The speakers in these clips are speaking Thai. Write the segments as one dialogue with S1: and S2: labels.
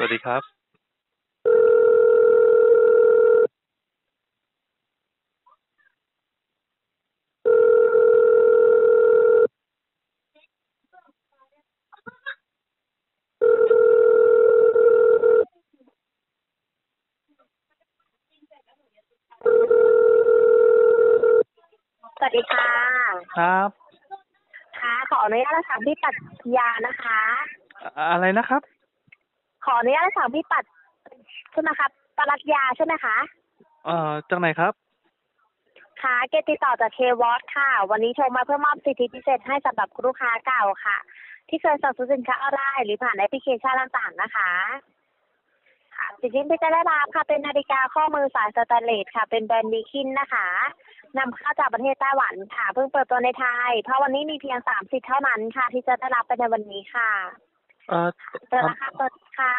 S1: วัสดีครับ
S2: สวัสดีค่ะ
S1: ครับ
S2: ค่ะ ขออนุญาตถามพี่ปรัดยานะคะ
S1: อะอะไรนะครับ
S2: ขออนุญาตถามพี่ปรัดใช่ไหมครับปรัชญาใช่ไหมคะ
S1: เอ่อจากไหนครับ
S2: ค่ะเกติดต่อจากเควอตค่ะ วันนี้โทรมาเพื่อมอบสิทธิพิเศษให้สำหรับลูกค้าเก่าค่ะ ที่เคยสั่งซื้อสินค้าออนไลน์หรือผ่านแอปพลิเคชันต่างๆนะคะค่ะสิทธิที่จะได้รับค่ะเป็นนาฬิกาข้อมือสายสแตนเลสค่ะ เป็นแบรนด์บีคินนะคะนำเข้าจากประเทศไต้หวันค่ะเพิ่งเปิดตัวในไทย เพราะวันนี้มีเพียงสามสิทธิ์เท่านั้นค่ะ ที่จะได้รับไปในวันนี้ค่ะ
S1: เอ่อ
S2: แต่
S1: ครับ
S2: ราคาเปิดค่ะ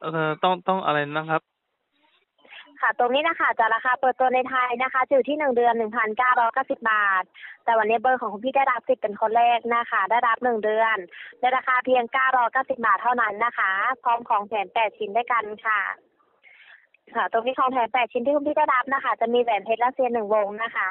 S1: เอ่อต้องต้องอะไรนะครับ
S2: ค่ะ ตรงนี้นะคะจะราคาเปิดตัวในไทยนะคะจะอยู่ที่หนึ่งเดือนหนึ่งพันเก้าร้อยเก้าสิบบาท แต่วันนี้เบอร์ของคุณพี่ได้รับสิทธิ์เป็นคนแรกนะคะ ได้รับหนึ่งเดือนในราคาเพียงเก้าร้อยเก้าสิบบาทเท่านั้นนะคะ พร้อมของแถมแปดชิ้นด้วยกันค่ะ ค่ะ ตรงนี้ของแถมแปดชิ้นที่คุณพี่ได้รับนะคะ จะมีแหวนเพชรรัสเซียหนึ่งวงนะคะ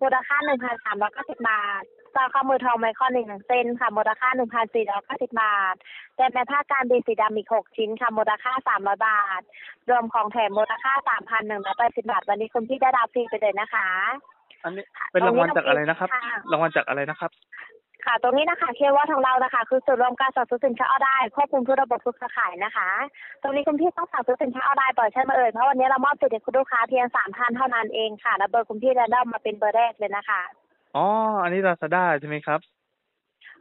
S2: มูลค่าหนึ่งพันสามร้อยเก้าสิบบาทสร้อยข้อมือทองไมคอนหนึ่งหนึ่งเส้นค่ะมูลค่าหนึ่งพันสี่ร้อยเก้าสิบบาทแต่แม่ผ้าการบินสีดำอีกหกชิ้นค่ะมูลค่าสามร้อยบาท รวมของแถมมูลค่าสามพันหนึ่งร้อยแปดสิบบาท วันนี้คุณพี่ได้รับฟรีไปเลยนะคะ
S1: อันนี้เป็นรางวัลจากอะไรนะครับ
S2: ะ
S1: รางวัลจากอะไรนะครับ
S2: ค่ะ ตรงนี้นะคะเคว่าของเรานะคะ คือส่วนย์รวมการสั่งซื้อสินค้าออนไลน์ควบคุมทุกระบบทุกเครือข่ายนะคะ ตรงนี้คุณพี่ต้องสั่งซื้อสินค้าออนไลน์บ่อยใช่ไหมเอ่ยเพราะวันนี้เรามอบสิทธิ์ให้คุณลูกค้าเพียงสามท่านเท่านั้นเองค่ะและเบอร์คุณพี่แรนดอมมาเป็นเบอร์แรกเลยนะคะ
S1: อ๋อ อันนี้ Lazada ใช่ไหมครับ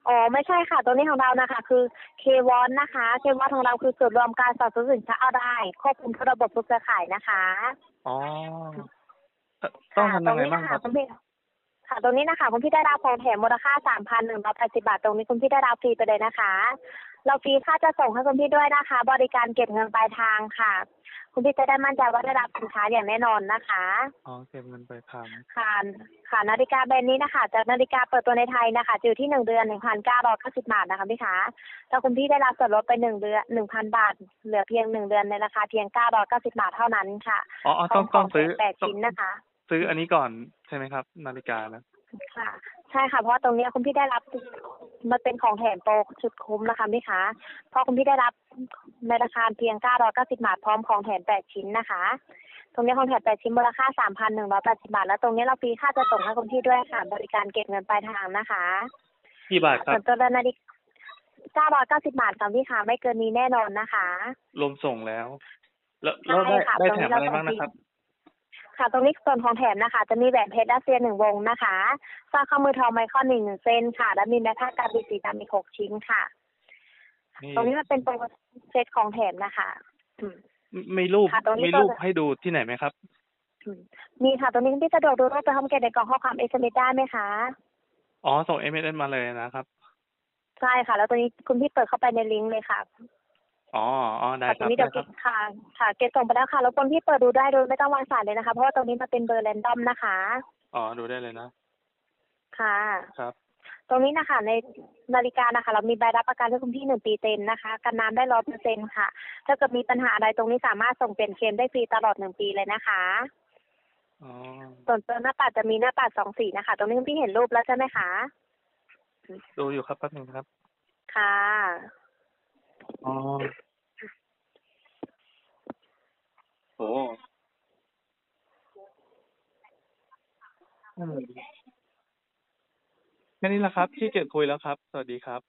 S2: อ๋อไม่ใช่ค่ะ ตรงนี้ของเรานะคะ คือเควอนนะคะเควอนของเราคือส่วนย์รวมการสั่งซื้อสินค้าออนไลน์ควบคุมทุกระบบทุกเครือข่ายนะคะ
S1: อ๋อตต้องทำยังไงบ้างครับ
S2: ตรงนี้นะคะค่ะตรงนี้นะคะคุณพี่ได้รับของแถมมูลค่าสามพันหนึ่งร้อยแปดสิบาท ตรงนี้คุณพี่ได้รับฟรีไปเลยนะคะ เราฟรีค่าจะส่งให้คุณพี่ด้วยนะคะ บริการเก็บเงินปลายทางค่ะ คุณพี่จะได้มั่นใจว่าได้รับสินค้าอย่างแน่นอนนะคะ
S1: อ๋อ เก็บเงินไปทำ
S2: ค่ะ ค่ะนาฬิกาแบรนด์นี้นะคะ จากนาฬิกาเปิดตัวในไทยนะคะจะอยู่ที่หนึ่งเดือนหนึ่งพันเก้าร้อยเก้าสิบบาทนะคะพี่คะแต่คุณพี่ได้รับส่วนลดไปหนึ่งเดือนหนึ่งพันบาท เหลือเพียงหนึ่งเดือนในราคาเพียงเก้าร้อยเก้าสิบบาทเท่านั้นค่ะ
S1: อ๋ออ๋อต้องต้อง
S2: ข
S1: ซื้อ
S2: แถมแปด
S1: ต้อง
S2: ชิ้นนะคะ
S1: ซื้ออันนี้ก่อนใช่ไหมครับ นาฬิกานะ
S2: ค่ะ ใช่ค่ะเพราะว่าตรงเนี้ยคุณพี่ได้รับมันเป็นของแถมโปรชุดคุ้มนะคะพี่คะเพราะคุณพี่ได้รับในราคาเพียง 990 บาทพร้อมของแถม 8 ชิ้นนะคะ ตรงเนี้ยของแถม 8 ชิ้นมูลค่า 3,180 บาท แล้วตรงเนี้ยเราฟรีค่าจะส่งให้คุณพี่ด้วยค่ะ บริการเก็บเงินปลายทางนะคะ
S1: กี่บาทครับ
S2: ส่วนตัวนาฬิกา990 บาทค่ะพี่คะไม่เกินนี้แน่นอนนะคะ
S1: รวมส่งแล้ว แล้วแล้วได้
S2: ใช่ค่ะ
S1: ได้
S2: ตอน
S1: แถ
S2: นี้
S1: มอะไร
S2: เรา
S1: บ้างนะ
S2: ส่งฟรี
S1: ครับ
S2: ค่ะ ตรงนี้ส่วนของแถมนะคะ จะมีแหวนเพชรรัสเซียหนึ่งวงนะคะสร้อยข้อมือทองไมคอนหนึ่งเส้นค่ะ และมีแม่ผ้าการบิดสีดำอีกหกชิ้นค่ะ
S1: นี่
S2: ตรงนี้มันเป็นโปรโมชั่นเซตของแถมนะคะอืม
S1: มีรูป
S2: ค่ะตรงนี้
S1: มี
S2: ก็
S1: รูป
S2: จะ
S1: ให้ดูที่ไหนไหมครับ
S2: อืมมีค่ะ ตรงนี้พี่สะดวกดูรูปไปห้องเกตในกล่องข้อความเอสเมได้ไหมคะ
S1: อ๋อ ส่ง SMS มาเลยนะครับ
S2: ใช่ค่ะ แล้วตรงนี้คุณพี่เปิดเข้าไปในลิงก์เลยค่ะ
S1: อ๋อ อ๋อ ได้
S2: ค่ะ
S1: ค
S2: ตร
S1: รับ
S2: งนี้
S1: ได้
S2: เดี๋ยว
S1: ครับ
S2: เกตค่ะ ค่ะ เกตส่งไปแล้วค่ะ แล้วคนพี่เปิดดูได้โดยไม่ต้องวางสายเลยนะคะ เพราะว่าตรงนี้มันเป็นเบอร์แรนดอมนะคะ
S1: อ๋อ ดูได้เลยนะ
S2: ค่ะ
S1: ครับ
S2: ตรงนี้นะคะในนาฬิกานะคะ เรามีใบรับประกันให้คุณพี่หนึ่งปีเต็มนะคะ กันน้ำได้ร้อยเปอร์เซ็นค่ะ ถ้าเกิดมีปัญหาอะไรตรงนี้สามารถส่งเปลี่ยนเคลมได้ฟรีตลอดหนึ่งปีเลยนะคะ
S1: อ๋อ
S2: ส่วนตัวหน้าปัดจะมีหน้าปัดสองสีนะคะ ตรงนี้คุณพี่เห็นรูปแล้วใช่ไหมคะ
S1: ดูอยู่ครับแป๊บหนึงครับ
S2: ค่ะ
S1: อ๋อ โหนั่นแหละแค่นี้แหละครับที่เกียจคุยแล้วครับ สวัสดีครับ